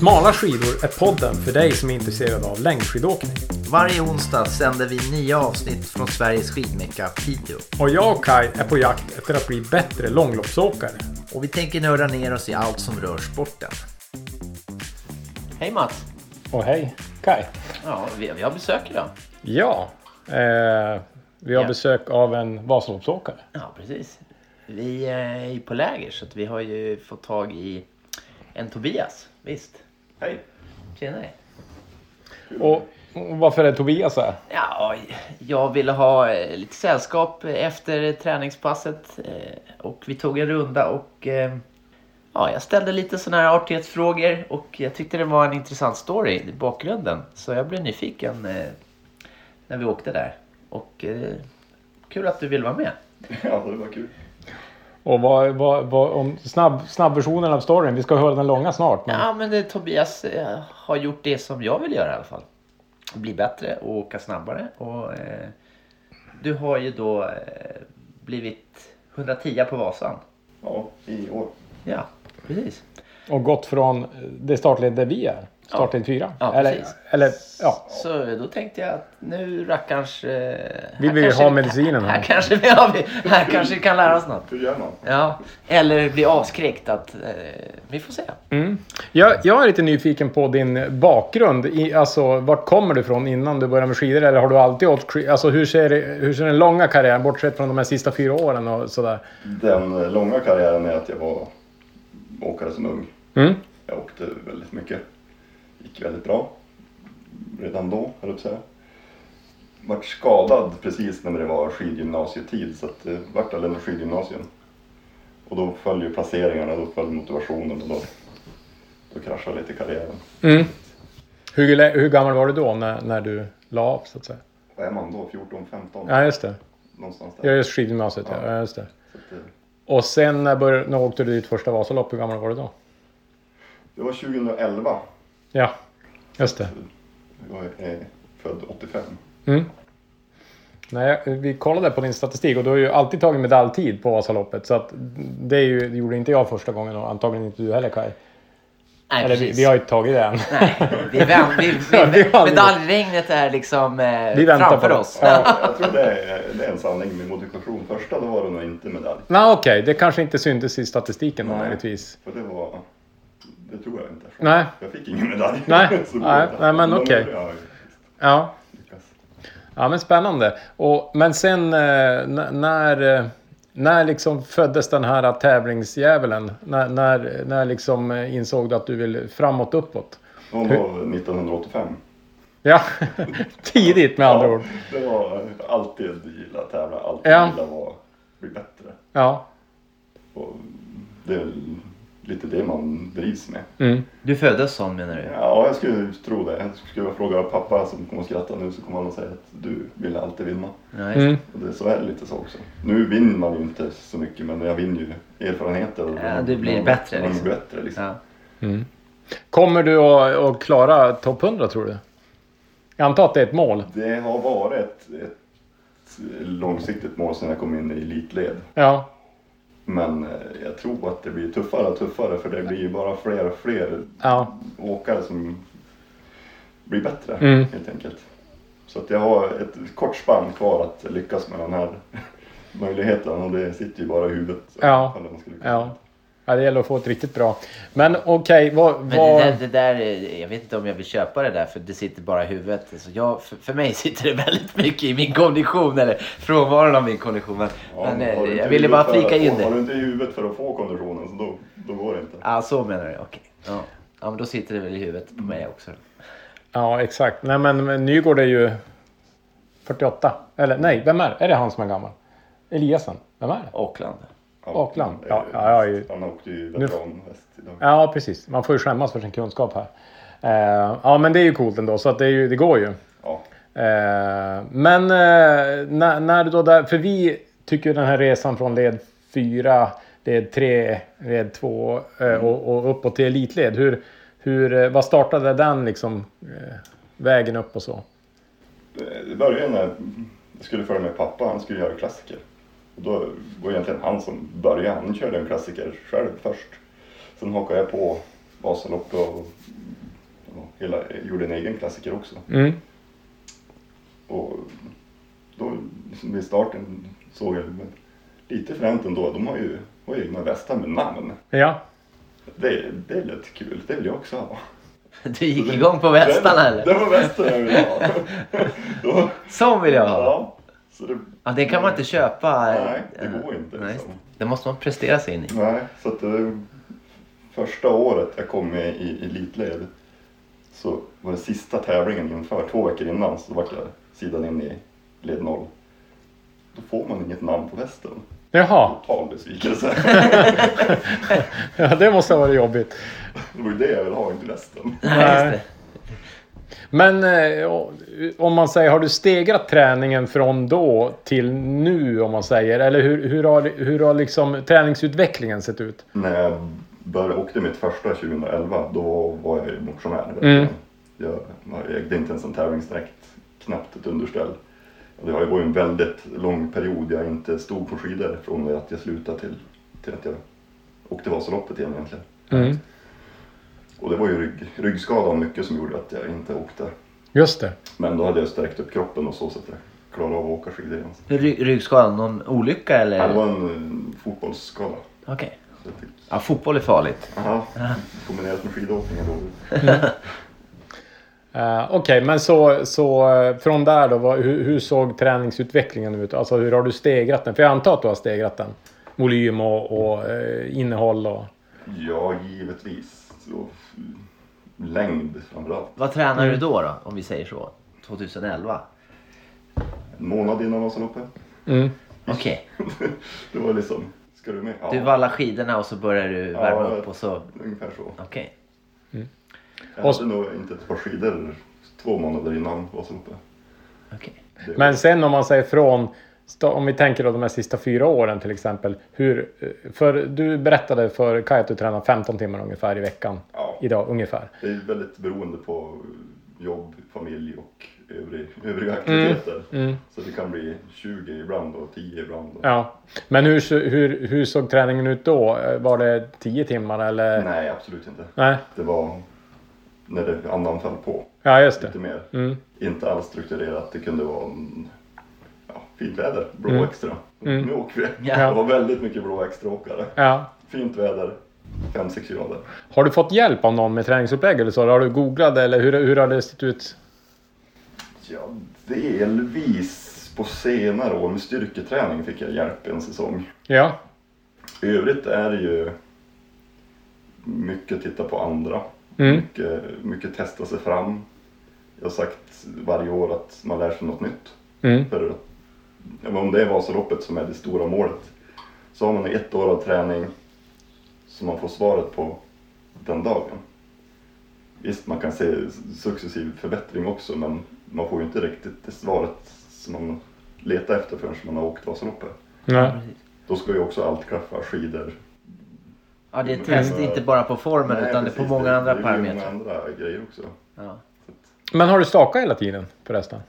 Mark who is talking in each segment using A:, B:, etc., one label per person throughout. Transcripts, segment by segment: A: Smala skidor är podden för dig som är intresserad av längdskidåkning.
B: Varje onsdag sänder vi nya avsnitt från Sveriges skidmecka Piteå.
A: Och jag och Kai är på jakt efter att bli bättre långloppsåkare.
B: Och vi tänker nörda ner oss i allt som rör sporten.
C: Hej Mats!
A: Och hej Kai.
C: Ja, vi, vi har besök idag.
A: Ja, eh, vi har
C: Ja.
A: besök av en Vasaloppsåkare.
C: Ja, precis. Vi eh, är ju på läger så att vi har ju fått tag i en Tobias. Visst? Hej! Tjenare!
A: Och varför är Tobias här?
C: Ja, jag ville ha eh, lite sällskap efter träningspasset eh, och vi tog en runda och eh, ja, jag ställde lite sådana här artighetsfrågor och jag tyckte det var en intressant story i bakgrunden så jag blev nyfiken eh, när vi åkte där. Och eh, kul att du vill vara med.
D: Ja, det var kul.
A: Och vad, vad, vad, om snabb, snabbversionen av storyn. Vi ska höra den långa snart. Men
C: Ja, men det, Tobias eh, har gjort det som jag vill göra i alla fall. Bli bättre och åka snabbare. Och, eh, du har ju då eh, blivit 110 på Vasan.
D: Ja, i år.
C: Ja, precis.
A: Och gått från det startled där vi är. Startled 4.
C: Ja,
A: eller,
C: precis.
A: eller Eh, ja.
C: Så då tänkte jag att nu rackarns... Eh,
A: Vill
C: här
A: vi
C: kanske-
A: ha medicinen
C: Här,
A: här?
C: här kanske vi har, vi- här kanske vi kan lära oss något.
D: Hur gör man?
C: Ja, eller bli avskräckt att... Eh, vi får se.
A: Mm. Jag, jag är lite nyfiken på din bakgrund. I, alltså, vart kommer du ifrån innan du började med skidor? Eller har du alltid åkt skidor? Alltså, hur, ser, hur ser den långa karriären, bortsett från de här sista fyra åren och sådär?
D: Den eh, långa karriären är att jag var åkare som ung.
A: Mm.
D: Jag åkte väldigt mycket. Gick väldigt bra. Redan då, höll jag på att säga. Vart skadad precis när det var skidgymnasietid så att det vart aldrig något skidgymnasium. Och då föll ju placeringarna, då föll motivationen och då, då kraschade lite karriären.
A: Mm. Hur, lä- hur gammal var du då när, när du la av så att säga?
D: Vad är man då? 14, 15?
A: Ja, just det.
D: Någonstans där.
A: Jag är just skidgymnasiet, ja. ja just det.
D: Så att, eh,
A: Och sen när, bör, när åkte du ditt första Vasalopp? Hur gammal var du då?
D: det var 2011.
A: Ja, just det.
D: Jag är född 85.
A: Mm. Nej, vi kollade på din statistik och du har ju alltid tagit medaljtid på Vasaloppet. Så att det, är ju, det gjorde inte jag första gången och antagligen inte du heller Kaj.
C: Nej,
A: Eller vi,
C: precis.
A: vi har ju inte tagit det än.
C: Nej, vi vänt, vi, vi,
A: Ja, vi har-
C: medaljregnet är liksom eh,
A: Vi väntar
C: framför
A: på det.
C: oss.
A: Ja.
D: Jag tror det är, det är en sanning med modifikation. Första då var det nog inte medalj.
A: Nej okej, det kanske inte syntes i statistiken då
D: Nej.
A: möjligtvis.
D: För det var... Det tror jag inte.
A: Nej.
D: Jag fick ingen medalj.
A: Nej.
D: Så
A: Nej,
D: bra.
A: nej, men
D: de
A: okej.
D: övriga har ju
A: Ja,
D: lyckats.
A: ja men spännande. Och, men sen eh, n- när, eh, när liksom föddes den här tävlingsdjävulen? När, när, när liksom eh, insåg du att du vill framåt uppåt?
D: Det var nog 1985.
A: Ja, tidigt med andra
D: Ja,
A: ord.
D: Det var alltid gilla att tävla, alltid
A: Ja.
D: gilla att vara- bli bättre.
A: Ja.
D: Och det är lite det man drivs med.
A: Mm.
C: Du föddes sån menar du?
D: Ja, jag skulle tro det. Jag skulle fråga pappa som kommer att skratta nu så kommer han att säga att du ville alltid vinna.
C: Nej.
A: Mm.
D: Och det, så är det lite så också. Nu vinner man ju inte så mycket men jag vinner ju erfarenheter. och-
C: Ja, du blir
D: man-
C: bättre,
D: Man
C: liksom.
D: blir bättre liksom.
C: Ja.
A: Kommer du att, att klara topp 100 tror du? Jag antar att det är ett mål.
D: Det har varit ett, ett långsiktigt mål sedan jag kom in i elitled.
A: Ja.
D: Men eh, jag tror att det blir tuffare och tuffare för det blir ju bara fler och fler
A: Ja.
D: åkare som blir bättre
A: Mm.
D: helt enkelt. Så att jag har ett kort spann kvar att lyckas med den här möjligheten och det sitter ju bara i huvudet.
A: Ja.
D: Ifall man skulle kunna-
A: ja. Ja, det gäller att få ett riktigt bra. Men okej, vad...
C: Men det
A: vad...
C: där, det där, eh, jag vet inte om jag vill köpa det där för det sitter bara i huvudet. Alltså jag, för, för mig sitter det väldigt mycket i min kondition eller frånvaron av min kondition. Men,
D: Ja,
C: men
D: har du
C: eh,
D: inte
C: jag ville
D: huvudet
C: bara
D: för att
C: flika in
D: få- Har
C: det.
D: du inte huvudet för att få konditionen så då, då går det inte.
C: Ja, så menar du. Okej. Ja. ja, men då sitter det väl i huvudet på mig också.
A: Ja, exakt. Nej, men men Nygård är ju 48. Eller nej, vem är det? Är det han som är gammal? Eliasen? Vem är det?
C: Auckland.
A: Auckland.
D: det är
A: Ja, ja, jag är ju-
D: Han åkte ju veteranhäst idag.
A: Ja, precis. Man får ju skämmas för sin kunskap här. Eh, ja, men det är ju coolt ändå, så att det, är ju, det går ju.
D: Ja.
A: Eh, men eh, när, när du då där, för vi tycker den här resan från led 4, led 3, led 2 eh, och, och uppåt till elitled. Hur, hur, eh, vad startade den liksom, eh, vägen upp och så?
D: Det började när jag skulle följa med pappa, han skulle göra klassiker. Och då var egentligen han som började, han körde en klassiker själv först. Sen hakade jag på Vasalopp och, och hela, gjorde en egen klassiker också.
A: Mm.
D: Och då liksom vid starten såg jag men lite fränt ändå. De har ju, har ju egna västar med namn.
A: Ja.
D: Det, det är lite kul. Det vill jag också ha.
C: Du gick igång på västarna
D: Den-
C: eller?
D: Den var västen jag ville ha. Då,
C: Sån vill jag ha!
D: ja. Så det,
C: Ja, det kan man inte köpa.
D: Nej, det går inte.
C: Nej,
D: liksom.
C: det måste man prestera sig in i.
D: Nej, så att det, första året jag kom med i elitled så var det sista tävlingen inför, två veckor innan, så vart jag sidad in i led 0. Då får man inget namn på västen.
A: Jaha,
D: Total besvikelse.
A: ja, det måste ha varit jobbigt.
D: Det var ju det jag ville ha, inte västen.
C: Nej, just det.
A: Men eh, o- om man säger, har du stegrat träningen från då till nu om man säger? Eller hur, hur, har, hur har liksom träningsutvecklingen sett ut?
D: När jag började, åkte mitt första 2011, då var jag ju motionär. verkligen. Jag, jag ägde inte ens en tävlingsdräkt, knappt ett underställ. Och Det var ju en väldigt lång period jag inte stod på skidor från det att jag slutade till, till att jag åkte Vasaloppet igen egentligen.
A: Mm.
D: Och det var ju rygg, ryggskada och mycket som gjorde att jag inte åkte.
A: Just det.
D: Men då hade jag stärkt upp kroppen och så så att jag klarade av att åka skidor igen.
C: Ry- ryggskadan, någon olycka eller?
D: Det var en eh, fotbollsskada.
C: Okej.
D: Så jag fick,
C: Ja, fotboll är farligt.
D: aha, kombinerat med skidåkning är roligt.
A: Eh, Okej, men så, så eh, från där då, vad, hur, hur såg träningsutvecklingen ut? Alltså hur har du stegrat den? För jag antar att du har stegrat den? Volym och, och eh, innehåll och...
D: Ja, givetvis. Så, mm, längd framförallt.
C: Vad tränar
D: Mm.
C: du då, då, om vi säger så? 2011?
D: En månad innan Vasaloppet.
A: Mm.
C: Okej,
D: Det var liksom, ska du med? Ja,
C: du vallar skidorna och så börjar du värma
D: Ja,
C: upp och så...
D: ungefär så.
C: Okej.
D: Jag
A: Och-
D: hade nog inte ett par skidor två månader innan Vasaloppet.
C: okej.
D: Det-
A: Men sen om man säger från, sta- om vi tänker då de här sista fyra åren till exempel. Hur, eh, för du berättade för Kaj att du tränar 15 timmar ungefär i veckan.
D: Ja.
A: Idag ungefär.
D: Det är väldigt beroende på jobb, familj och övrig, övriga
A: Mm,
D: aktiviteter. Så det kan bli 20 ibland och 10 ibland. Och...
A: Ja. Men hur, så- hur, hur såg träningen ut då? Eh, Var det 10 timmar eller?
D: Nej, absolut inte.
A: Nej.
D: Det var när det andan föll på.
A: Ja, just det.
D: Lite mer.
A: Mm.
D: Inte alls strukturerat. Det kunde vara mm, ja, fint väder, blå extra. Nu åker vi.
C: Ja.
D: Det var väldigt mycket blå extraåkare.
A: Ja.
D: Fint väder, 5-6 grader.
A: Har du fått hjälp av någon med träningsupplägg eller så? Har du googlat eller hur, hur har det sett ut?
D: Ja, delvis på senare år med styrketräning fick jag hjälp en säsong.
A: Ja.
D: I övrigt är det ju mycket titta på andra.
A: Mm.
D: Mycket, mycket testa sig fram. Jag har sagt varje år att man lär sig något nytt.
A: Mm.
D: För att- ja, men om det är Vasaloppet som är det stora målet så har man ett år av träning som man får svaret på den dagen. Visst, man kan se successiv förbättring också men man får ju inte riktigt det svaret som man letar efter förrän man har åkt Vasaloppet.
A: Nej.
D: Då ska ju också allt klaffa, skidor.
C: Ja, det är ett test
D: Mm.
C: inte bara på formen
D: Nej,
C: utan det är
D: precis,
C: på många andra
D: det är ju
C: parametrar.
D: många andra grejer också.
C: Ja.
A: Men har du stakat hela tiden förresten?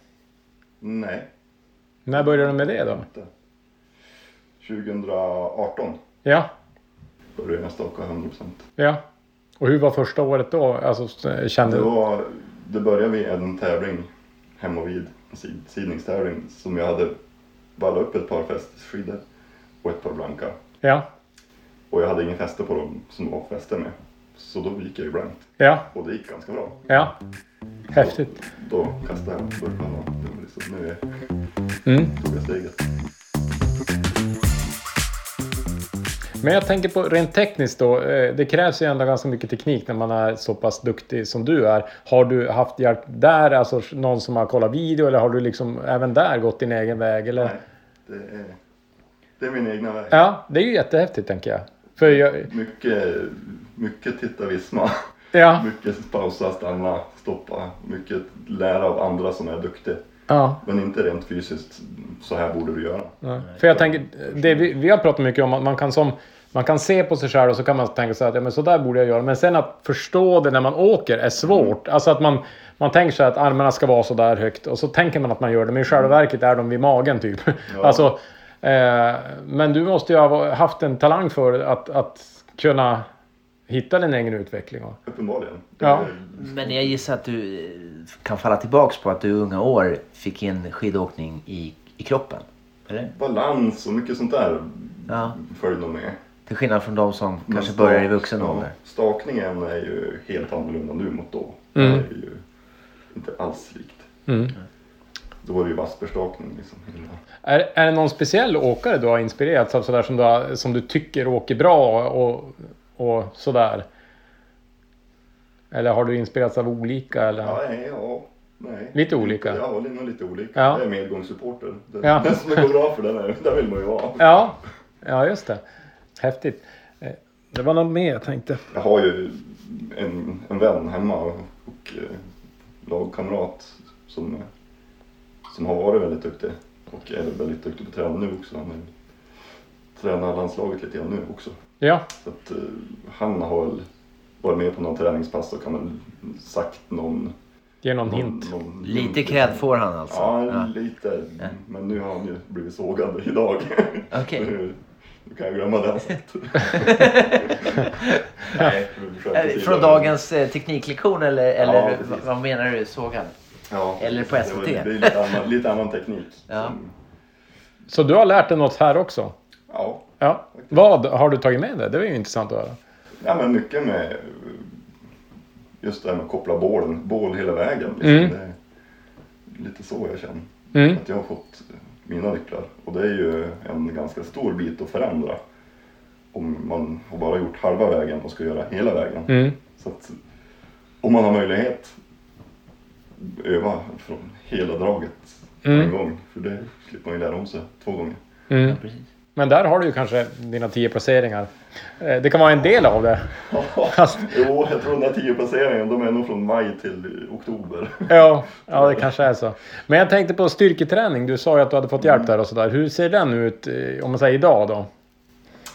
D: Nej,
A: När började du med det då?
D: inte. 2018
A: Ja.
D: började jag staka 100%.
A: Ja. Och hur var första året då? Alltså eh, kände
D: Det,
A: du?
D: var, det började vid en tävling hemma vid, en sid, sidningstävling som jag hade ballat upp ett par fästskidor och ett par blanka.
A: Ja.
D: Och jag hade ingen fäste på dem som var fäste med. Så då gick jag ju blankt
A: Ja.
D: och det gick ganska bra.
A: Ja. Häftigt.
D: Då kastade jag burkarna och det var liksom, nu är-
A: Mm.
D: tog jag steget.
A: Men jag tänker på rent tekniskt då. eh, Det krävs ju ändå ganska mycket teknik när man är så pass duktig som du är. Har du haft hjälp där? Alltså någon som har kollat video eller har du liksom även där gått din egen väg? Eller?
D: Nej, det är, det är min egna väg.
A: Ja, det är ju jättehäftigt tänker jag. För jag...
D: Mycket, mycket titta visma.
A: Ja.
D: Mycket pausa, stanna, stoppa. Mycket lära av andra som är duktiga.
A: ja.
D: Men inte rent fysiskt, så här borde du göra.
A: Nej. För jag tänker, det vi, vi har pratat mycket om att man kan, som, man kan se på sig själv och så kan man tänka så här att ja, men så där borde jag göra. Men sen att förstå det när man åker är svårt. Alltså att man, man tänker sig att armarna ska vara så där högt och så tänker man att man gör det. Men i själva verket är de vid magen typ.
D: Ja.
A: Alltså, eh, men du måste ju ha haft en talang för att, att kunna hittade en egen utveckling av.
D: Uppenbarligen.
A: Ja.
C: Men jag gissar att du eh, kan falla tillbaks på att du i unga år fick in skidåkning i, i kroppen. Eller?
D: Balans och mycket sånt där
C: Ja.
D: följer nog med.
C: Till skillnad från de som
D: Men
C: kanske börjar i
D: stak-
C: vuxen
D: ja,
C: ålder.
D: Stakningen är ju helt annorlunda nu mot då.
A: Mm.
D: Det är ju inte alls likt.
A: Mm.
D: Då var det ju vasperstakning liksom.
A: Är, är det någon speciell åkare du har inspirerats av sådär som du, har, som du tycker åker bra och, och sådär? Eller har du inspirerats av olika? Eller?
D: Ja, nej, ja, nej.
A: Lite olika.
D: Ja, det är nog lite olika.
A: Ja.
D: Jag är medgångssupporter. Den,
A: Ja.
D: den som det går bra för, den är, där vill man ju vara.
A: Ja, ja just det. Häftigt. Eh, Det var något mer jag tänkte.
D: Jag har ju en, en vän hemma och eh, lagkamrat som, som har varit väldigt duktig och är väldigt duktig på att träna nu också. Han är- tränar landslaget lite grann nu också.
A: Ja,
D: Så att, eh, han har väl varit med på några träningspass och kan väl sagt någon...
A: ge någon
D: någon,
A: hint.
D: någon
C: Lite cred får han alltså.
D: Mm, Ja,
C: Ja.
D: lite.
C: Ja.
D: Men nu har han ju blivit sågad idag.
C: Okej.
D: nu, nu kan jag glömma det han sagt. Nej, vi försöker
C: Eh, Från
D: tidigare.
C: dagens eh, tekniklektion eller, eller
D: precis.
C: vad- vad menar du? Såg han?
D: Ja,
C: Eller på
D: precis.
C: SVT.
D: Det blir lite annan, lite annan teknik.
C: Ja.
D: Som,
A: Så du har lärt dig något här också?
D: ja.
A: Ja. Vad har du tagit med dig? Det var ju intressant att höra.
D: ja, men mycket med eh, just det här med att koppla bålen, bål hela vägen. Liksom.
A: Mm.
D: Det är lite så jag känner.
A: Mm.
D: Att jag har fått mina nycklar. Och det är ju en ganska stor bit att förändra. Om man har bara gjort halva vägen och ska göra hela vägen.
A: Mm.
D: Så att om man har möjlighet, öva från hela draget på
A: Mm.
D: en gång. För det slipper man ju lära om sig två gånger.
A: Mm.
C: Precis.
A: Men där har du ju kanske dina tio placeringar. Eh, Det kan vara en del av det. Alltså, Fast-
D: jo, jag tror den här tio placeringen, de är nog från maj till oktober.
A: Ja, ja, det kanske är så. Men jag tänkte på styrketräning. Du sa ju att du hade fått hjälp där och sådär. Hur ser den ut eh, om man säger idag då?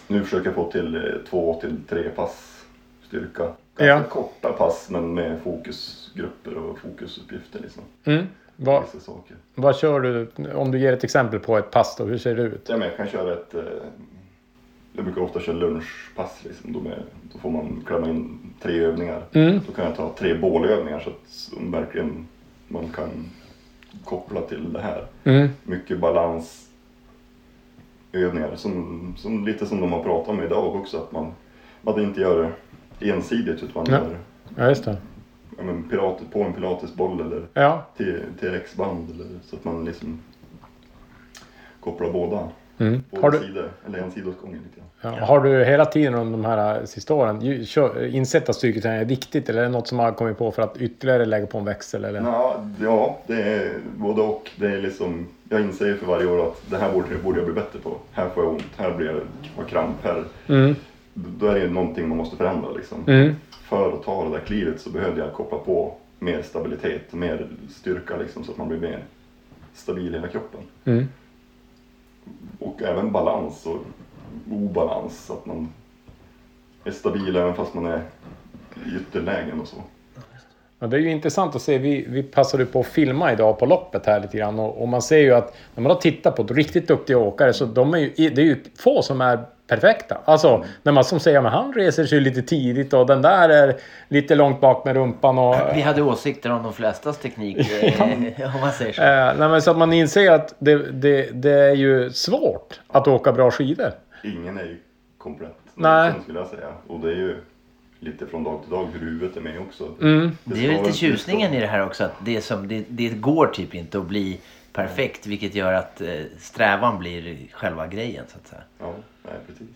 D: Nu försöker jag få till eh, två till tre pass styrka. Ganska
A: Ja.
D: korta pass men med fokusgrupper och fokusuppgifter. Liksom.
A: Mm. Vad,
D: Vissa saker.
A: vad kör du? Om du ger ett exempel på ett pass då, hur ser det ut?
D: Ja, men jag kan köra ett... Eh, jag brukar ofta köra lunchpass. Liksom. Då, med, då får man klämma in tre övningar.
A: Mm.
D: Då kan jag ta tre bålövningar så att man verkligen man kan koppla till det här.
A: Mm.
D: mycket balansövningar. Som, som lite som de har pratat om idag också. Att man, man inte gör det ensidigt utan man
A: Ja.
D: gör
A: Ja, just det.
D: ja, men pilat, på en pilatesboll eller
A: Ja.
D: T- TRX-band. Eller, så att man liksom kopplar båda.
A: Mm.
D: Båda
A: Har, du,
D: sidor, eller en sida åt gången lite grann.
A: ja, har du hela tiden under de här eh, sista åren ju- kör- insett att styrketräning är viktigt? Eller är det något som har kommit på för att ytterligare lägga på en växel? Eller?
D: Ja, ja, det är både och. Det är liksom, jag inser ju för varje år att det här borde, borde jag bli bättre på. Här får jag ont, här blir jag har kramp, här.
A: Mm.
D: Då är det ju någonting man måste förändra liksom.
A: Mm.
D: för att ta det där klivet så behövde jag koppla på mer stabilitet, mer styrka liksom, så att man blir mer stabil i hela kroppen.
A: Mm.
D: Och även balans och obalans, så att man är stabil även fast man är i ytterlägen och så.
A: Ja, det är ju intressant att se. Vi, vi passade på att filma idag på loppet här lite grann. Och, och man ser ju att när man då tittar på riktigt duktiga åkare så de är ju, det är ju få som är perfekta.
D: Mm.
A: Alltså när man som säger att han reser sig lite tidigt och den där är lite långt bak med rumpan. Och,
C: Vi hade åsikter om de flestas teknik. eh, om man säger så.
A: eh, nej, men så att man inser att det, det, det är ju svårt att åka bra skidor.
D: Ingen är ju komplett
A: Nej.
D: någonsin, skulle jag säga. Och det är ju lite från dag till dag hur huvudet är med också.
A: Mm.
C: Det är ju lite tjusningen i det här också. Att det, är som, det, det går typ inte att bli perfekt. Vilket gör att eh, strävan blir själva grejen så att säga.
D: Ja, nej, precis.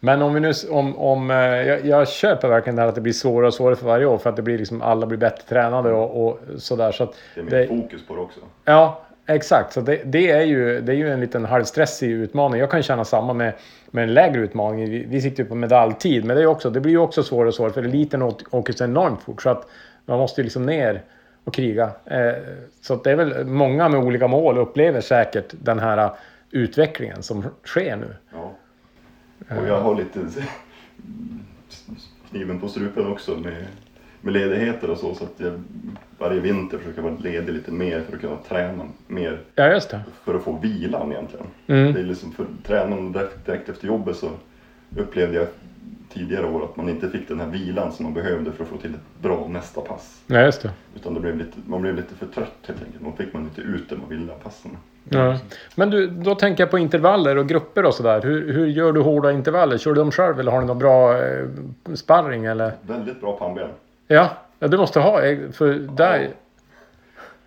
A: Men om vi nu... Om, om, eh, jag, jag köper verkligen det här att det blir svårare och svårare för varje år för att det blir liksom alla blir bättre tränade och, och sådär. Så att
D: Det är mer
A: det-
D: fokus på det också.
A: Ja, exakt. Så det, det, är ju, det är ju en liten halvstressig utmaning. Jag kan känna samma med, med en lägre utmaning. Vi, vi sitter ju på medaljtid, men det, är ju också, det blir ju också svårare och svårare för eliten å- åker så enormt fort. Så att man måste ju liksom ner och kriga. Eh, så att det är väl många med olika mål upplever säkert den här eh, utvecklingen som sker nu.
D: Ja.
A: Eh.
D: Och jag har lite kniven på strupen också med, med ledigheter och så. Så att jag varje vinter försöker vara ledig lite mer för att kunna träna mer.
A: Ja, just det.
D: För att få vilan egentligen.
A: Mm.
D: Det är liksom för tränar man direkt, direkt efter jobbet så upplevde jag tidigare år att man inte fick den här vilan som man behövde för att få till ett bra nästa pass.
A: Nej, just det.
D: Utan det blev lite, man blev lite för trött helt enkelt. Då fick man inte ut det man ville av passen.
A: Ja. Men du, då tänker jag på intervaller och grupper och sådär. Hur, hur gör du hårda intervaller? Kör du dem själv eller har du någon bra eh, sparring eller?
D: Väldigt bra pannben.
A: Ja, ja du måste ha eh, för där.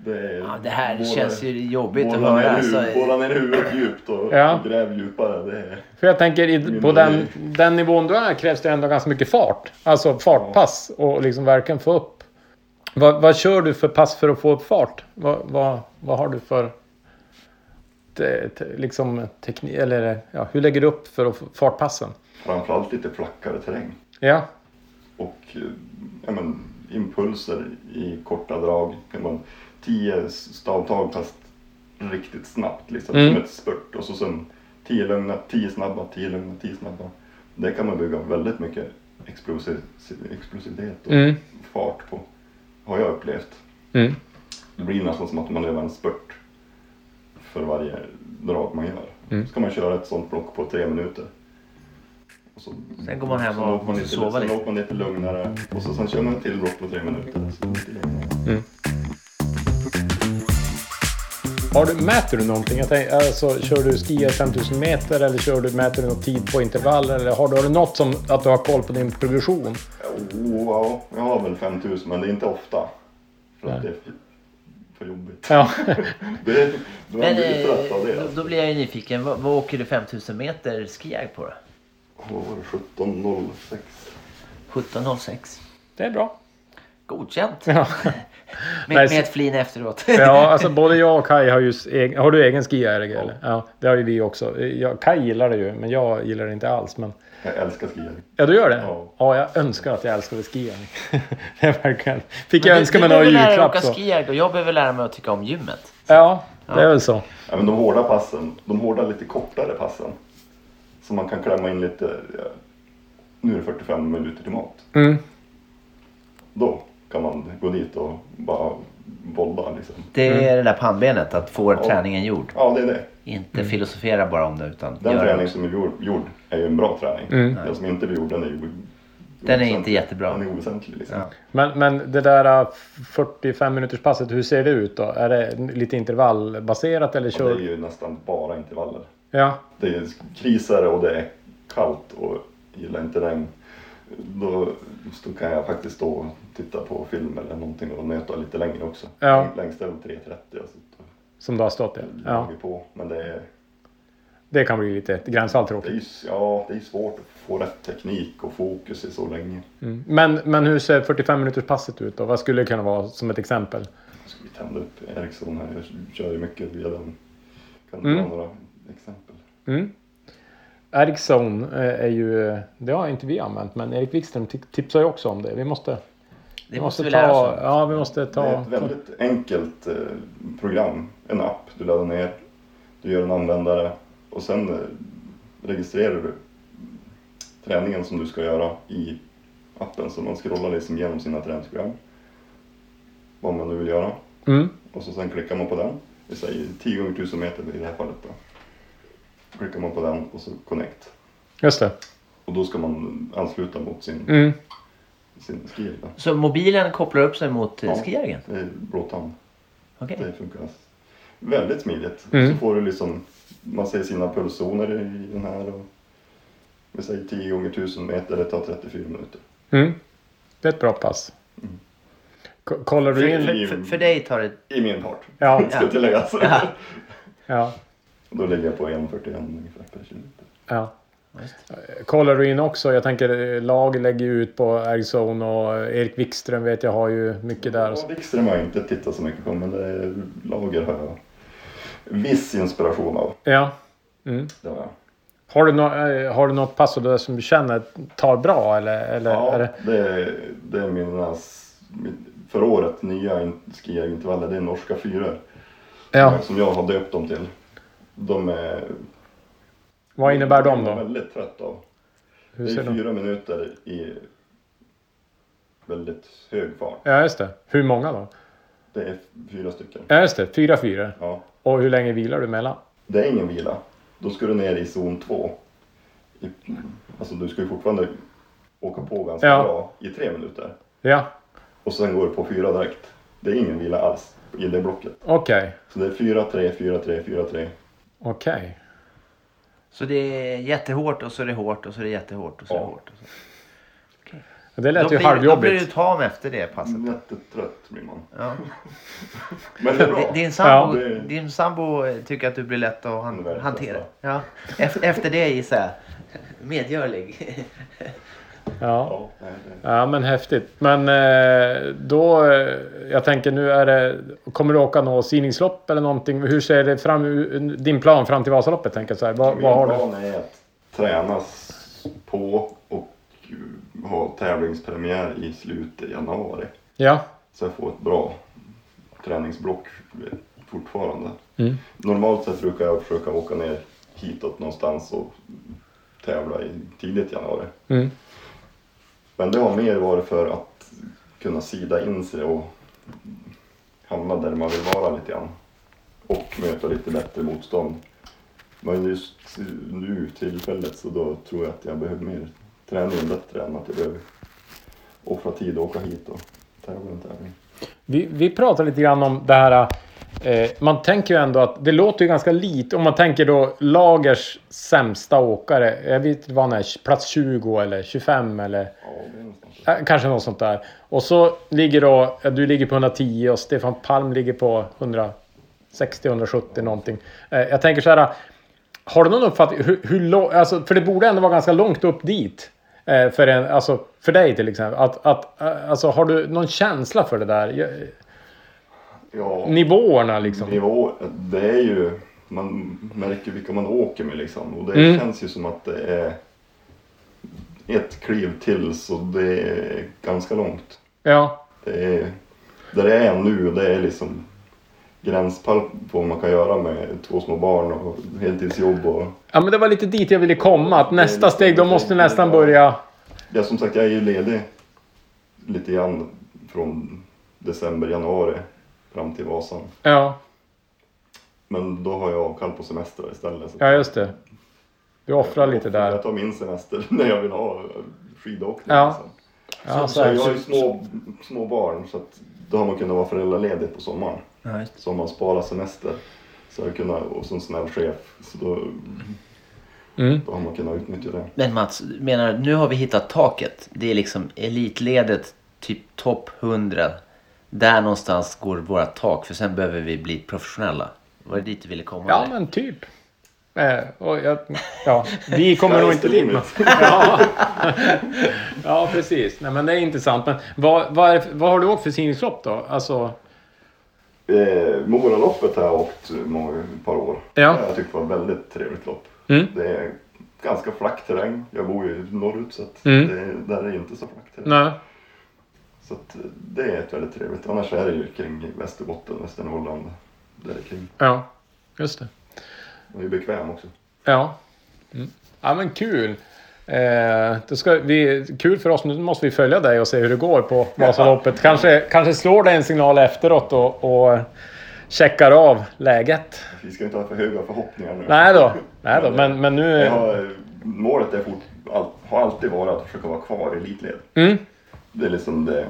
D: Det, är,
C: Ja, det här
D: båda-
C: känns ju jobbigt att
D: Båda ner,
C: höra.
D: alltså.
C: Alltså,
D: båda ner huvudet djupt och
A: Ja.
D: gräv djupare. Det är,
A: För jag tänker i, på den, den nivån du är krävs det ändå ganska mycket fart. Alltså fartpass och liksom verkligen få upp. Vad, vad kör du för pass för att få upp fart? Vad, vad, vad har du för te, te, liksom teknik eller ja, hur lägger du upp för att få fartpassen?
D: framförallt lite flackare terräng.
A: Ja,
D: Och eh, ja, men, impulser i korta drag. Kan man, tio stavtag fast riktigt snabbt. Liksom,
A: Mm.
D: Som ett spurt. Och så sen tio lugna, tio snabba, tio lugna, tio snabba. Det kan man bygga väldigt mycket explosiv, explosivitet och
A: Mm.
D: fart på. Har jag upplevt.
A: mm.
D: Det blir nästan som att man lever en spurt för varje drag man gör.
A: Mm.
D: Ska man köra ett sånt block på tre minuter. Och så,
C: Sen går man hem
D: sen
C: och
D: åker man
C: måste
D: lite,
C: sova
D: sen
C: lite.
D: åker man lite lugnare och så, sen kör man ett till block på tre minuter. Så lite lugnare.
A: Har du, mäter du någonting? Jag tänker, alltså, kör du skier 5000 meter eller kör du, mäter du någon tid på intervall? Eller har du, har du något som att du har koll på din progression?
D: Ja, oh, ja, jag har väl 5000 men det är inte ofta. För att det är för, för jobbigt.
A: Ja.
D: Det är, då
C: Men
D: man blir trött av
C: eh,
D: det. alltså.
C: då- då blir jag ju nyfiken. Vad, vad åker du 5000 meter skijag på då?
D: Vad var det? 17.06.
C: 17.06.
A: Det är bra.
C: Godkänt.
A: Ja.
C: Med,
A: Nej,
C: med
A: så-
C: ett flin efteråt.
A: Ja, alltså både jag och Kai har ju... s- egen- Har du egen skiaerg eller? Ja, det har ju vi också. Jag, Kai gillar det ju, men jag gillar det inte alls. Men...
D: Jag älskar skier.
A: Ja, du gör det?
D: Ja.
A: Ja, jag önskar att jag älskade skiaerg. Det är verkligen... Fick
C: Men
A: jag
C: du-
A: önska
C: du
A: mig någon
C: behöver lära dig
A: julklapp
C: åka
A: så.
C: skijag och jag behöver lära mig att tycka om gymmet.
A: Ja, det är väl så.
D: Ja, men de hårda passen, de hårda lite kortare passen. Så man kan klämma in lite, ja, nu är det 45 minuter till mat.
A: Mm.
D: Då kan man gå dit och bara bolla liksom.
C: Det är det där pannbenet, att få träningen gjord.
D: Ja, det är det.
C: Inte filosofera bara om det utan
D: Den
C: göra
D: träning
C: det.
D: som är gjord, gjord är ju en bra träning.
A: Mm.
D: Den som inte blir gjord, den är ju
C: Den är
D: oväsentlig.
C: inte jättebra.
D: Den är oväsentlig liksom.
C: Ja.
A: Men, men det där äh, 45 minuters passet, hur ser det ut då? Är det lite intervallbaserat eller
D: Och det är
A: kör...
D: ju nästan bara intervaller.
A: Ja,
D: det är kriser och det är kallt och jag gillar inte regn. Då, då kan jag faktiskt stå och titta på film eller någonting och nöta lite längre också.
A: Ja.
D: Längst över 3.30 har jag suttit och
A: som du har stått i. Ja,
D: dragit på. Men det är,
A: det kan bli lite gränsfall
D: det, är
A: tråkigt.
D: ju, ja, det är ju svårt att få rätt teknik och fokus i så länge.
A: Mm. Men, men hur ser 45 minuters passet ut då? Vad skulle det kunna vara som ett exempel?
D: Jag ska vi tända upp Ericsson här, jag kör ju mycket via den. Kan du
A: Mm.
D: dra några exempel?
A: Mm. Ericsson eh, är ju, eh, det har inte vi använt, men Erik Wikström ti- tipsar ju också om det. Vi måste,
C: Det måste vi lära oss.
A: ta,
C: om.
A: ja, vi måste
D: Det är
A: ta,
D: ett väldigt enkelt eh, program, en app du laddar ner, du gör en användare och sen eh, registrerar du träningen som du ska göra i appen. Så man scrollar liksom igenom sina träningsprogram, vad man nu vill göra.
A: mm,
D: Och så sen klickar man på den, vi säger 10 gånger 1000 meter i det här fallet. Då. Klickar man på den och så connect.
A: just det.
D: Och då ska man ansluta mot sin,
A: Mm.
D: sin skill. då.
C: Så mobilen kopplar upp sig mot
D: Ja.
C: ja. skijagen?
D: Det är blåtand.
C: Okej.
D: Det funkar alltså väldigt smidigt.
A: Mm.
D: Så får du liksom, man ser sina pulszoner i den här. Och, vi säger 10 gånger 1000 meter, det tar 34 minuter.
A: Mm. Det är ett bra pass. Ko- Kollar du in?
C: För, för, för dig tar det...
D: I min part,
A: Ja,
D: ska tilläggas.
C: Ja.
A: ja,
D: Då ligger jag på 1.41 ungefär per kilometer.
A: ja.
C: Just.
A: Kollar du in också? Jag tänker eh, lag lägger ju ut på Ericsson och eh, Erik Wikström vet jag har ju mycket där. och så.
D: Ja, Wikström har jag inte tittat så mycket på, men det är, lager har jag viss inspiration av.
A: Ja. Mm.
D: Det har jag.
A: Har, du nå- eh, har du något pass där som du känner tar bra eller? eller
D: Ja,
A: är det...
D: det är, det är mina, s- mitt- för året nya in- skiarintervaller, det är norska fyror.
A: ja.
D: Som jag har döpt dem till. De är
A: Vad innebär de
D: Jag är
A: då?
D: väldigt trött av.
A: Hur
D: det
A: ser
D: är
A: de?
D: fyra minuter i väldigt hög fart.
A: Ja, just det. Hur många då?
D: Det är fyra stycken.
A: Ja, just det. Fyra, fyra.
D: Ja.
A: Och hur länge vilar du mellan?
D: Det är ingen vila. Då ska du ner i zon 2. I, alltså du ska ju fortfarande åka på ganska
A: Ja.
D: bra i tre minuter.
A: Ja,
D: Och sen går det på fyra direkt. Det är ingen vila alls i det blocket.
A: okej.
D: Så det är fyra, tre, fyra, tre, fyra, tre.
A: Okej.
C: Så det är jättehårt och så är det hårt och så är det jättehårt och så är det
D: Ja.
C: hårt. Och så.
A: Det lät
C: Då
A: ju
C: blir, då blir du
A: halvjobbigt.
C: tam efter det passet.
D: Mm. Jättetrött blir man.
C: Ja.
D: Men det är bra.
C: Din sambo,
D: Ja, det-
C: din sambo eh, tycker att du blir lätt att
D: Det är
C: han,
D: väldigt
C: hantera.
D: lätt,
C: Ja. Efter, efter det gissar jag. Medgörlig.
A: Ja.
D: Ja, nej, det...
A: ja, men häftigt. Men eh, då, eh, jag tänker nu är det, kommer du åka något sidningslopp eller någonting? Hur ser det fram, din plan fram till Vasaloppet? Tänker jag så här. Vad,
D: Min
A: vad har du?
D: plan är att tränas på och eh, ha tävlingspremiär i slutet av januari.
A: Ja,
D: Så jag får ett bra träningsblock fortfarande.
A: Mm.
D: Normalt sett brukar jag försöka åka ner hitåt någonstans och tävla i tidigt januari.
A: mm.
D: Men det har mer varit för att kunna sida in sig och hamna där man vill vara lite grann. Och möta lite bättre motstånd. Men just nu tillfället så då tror jag att jag behöver mer träning bättre än att jag behöver offra tid och åka hit och tävla en tävling.
A: Vi, vi pratar lite grann om det här. Eh, man tänker ju ändå att det låter ju ganska lite. Om man tänker då lagers sämsta åkare. Jag vet inte vad han är. Plats 20 eller 25 eller
D: Ja, det är någonstans.
A: eh, kanske något sånt där. Och så ligger då, eh, du ligger på 110 och Stefan Palm ligger på 160-170 någonting. Eh, jag tänker så här. Har du någon uppfattning? Hur, hur lång, alltså, för det borde ändå vara ganska långt upp dit. Eh, för, en, alltså, för dig till exempel. Att, att, eh, alltså, har du någon känsla för det där? Jag,
D: Ja,
A: nivåerna liksom.
D: nivå, det är ju, man märker vilka man åker med liksom. Och det
A: Mm.
D: känns ju som att det är ett kliv till så det är ganska långt.
A: Ja,
D: Det är, där det är nu och det är liksom gränspall på vad man kan göra med två små barn och heltidsjobb. Och,
A: ja, men det var lite dit jag ville komma. Att nästa steg, då måste du nästan börja...
D: ja, som sagt, jag är ju ledig lite grann från december, januari fram till Vasan.
A: Ja,
D: Men då har jag avkall på semester istället. Så
A: ja just det. Du offrar lite där.
D: Jag tar min semester när jag vill ha skidåkning.
A: Ja.
D: liksom.
A: Ja,
D: Så
A: så
D: jag har
A: här.
D: ju små, små barn så att då har man kunnat vara föräldraledig på sommaren.
C: Ja, just
D: Så om man sparar semester så har jag kunnat, och som snäll chef så då,
A: Mm.
D: då har man kunnat utnyttja det.
C: Men Mats, menar du, nu har vi hittat taket. Det är liksom elitledet, typ topp 100. Där någonstans går våra tak, för sen behöver vi bli professionella. Var det dit du ville komma?
A: Ja,
C: eller?
A: men typ. Eh, och jag, ja, vi kommer nog inte dit. men- Ja. ja, precis. Nej, men det är intressant. Men vad, vad, är, det för- vad har du åkt för simningslopp då? Alltså,
D: Eh, Moraloppet har jag åkt många, ett par år.
A: Ja.
D: Det har jag tyckt var ett väldigt trevligt lopp.
A: Mm.
D: Det är ganska flack terräng. Jag bor ju norrut så att
A: Mm.
D: det, där är det inte så flack terräng.
A: nej.
D: Så att eh, det är ett väldigt trevligt. Annars är det ju kring Västerbotten, Västernorrland. Där kring.
A: Ja, just det.
D: Och det är bekväm också.
A: Ja. Mm. Ja men kul. Eh, det ska vi, kul för oss. Nu måste vi följa dig och se hur det går på Vasaloppet. Kanske, kanske slår dig en signal efteråt och, och checkar av läget.
D: Vi ska inte ha för höga förhoppningar nu.
A: Nej då. Nej då. Men, men nu...
D: Jag har, eh, målet är fort, all, har alltid varit att försöka vara kvar i elitled.
A: Mm.
D: Det är liksom det.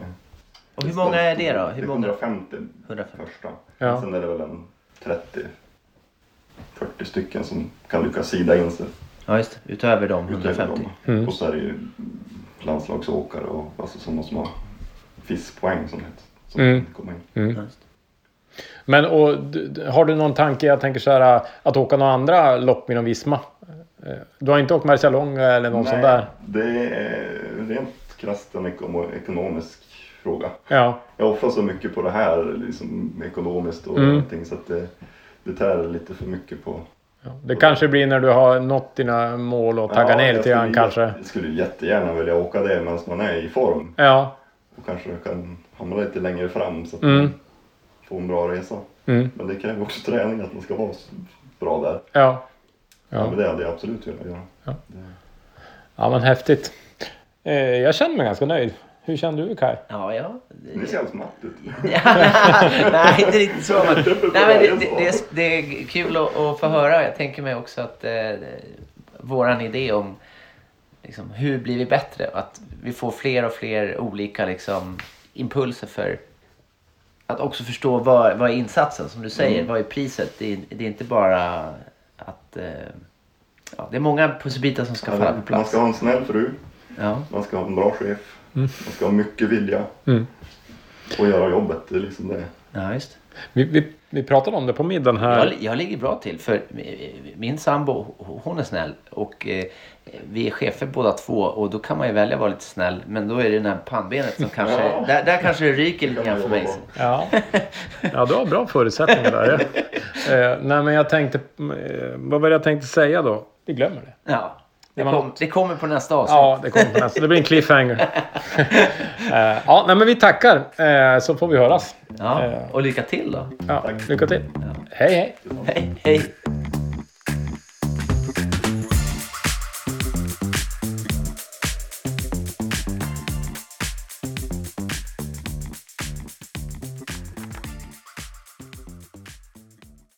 C: Och hur många är det då?
D: Det
C: Hur
D: är
C: många?
D: 150
C: 150.
D: första.
A: Ja.
D: Sen är det väl en 30 40 stycken som kan lyckas sida in sig.
C: Ja, just det. Utöver de
D: utöver
C: 150.
D: dem.
A: Mm.
D: Och så är det ju landslagsåkare och alltså sådana som har FIS-poäng som det heter. Som
A: Mm.
D: kommer in.
C: Ja, just det.
A: Men och, d- d- har du någon tanke, jag tänker så här, äh, att åka några andra lopp inom Visma? Eh, Du har inte åkt Marcialonga eller någon sån där?
D: det är rent krasst en ekomo- ekonomisk fråga.
A: Ja.
D: jag offrar så mycket på det här liksom, ekonomiskt och
A: Mm.
D: allting så att det, det tär lite för mycket på...
A: Ja. Det kanske blir när du har nått dina mål och taggar ner
D: jag
A: lite grann
D: skulle-
A: kanske.
D: Jag skulle jättegärna vilja åka det medan man är i form
A: Ja.
D: och kanske kan hamna lite längre fram så att
A: Mm.
D: man får en bra resa.
A: Mm.
D: Men det kräver också träning att man ska vara så bra där.
A: Ja.
D: Men det hade jag absolut velat göra.
A: Ja, men häftigt. Eh, jag känner mig ganska nöjd. Hur känner du Kaj?
C: Ja, ja.
D: Det känns matt ut.
C: Nej, inte riktigt så. Men, nej, men det, det, det, är, det är kul att, att få höra. Jag tänker mig också att eh, våran idé om liksom, hur blir vi bättre? Att vi får fler och fler olika liksom, impulser för att också förstå vad, vad är insatsen, som du säger, vad är priset? Det är, det är inte bara att... Eh, ja, det är många pusselbitar som ska falla på
D: Man
C: plats.
D: ska ha en snäll fru,
C: Ja.
D: man ska ha en bra chef, man ska ha mycket vilja och göra jobbet. Det är liksom det.
C: Ja, just.
A: Vi, vi, vi pratade om det på middagen här.
C: Jag, jag ligger bra till för eh, min sambo hon är snäll och eh, vi är chefer båda två och då kan man ju välja att vara lite snäll men då är det den här pannbenet som kanske,
D: Ja.
C: där, där kanske det ryker lite
D: kan
C: grann
D: man
C: för mig.
D: jobba på.
A: Ja. ja, du har bra förutsättningar där. Eh, nej, men jag tänkte... eh, vad var det jag tänkte säga då? Vi glömmer det.
C: Ja, det,
A: Det var
C: kom, det kommer på nästa avsnitt.
A: Ja, det kommer på nästa. Det blir en cliffhanger. Eh, ja, nej, men vi tackar eh, så får vi höras.
C: Ja, och lycka till då.
A: Ja, lycka till. Hej, hej.
C: Hej, hej.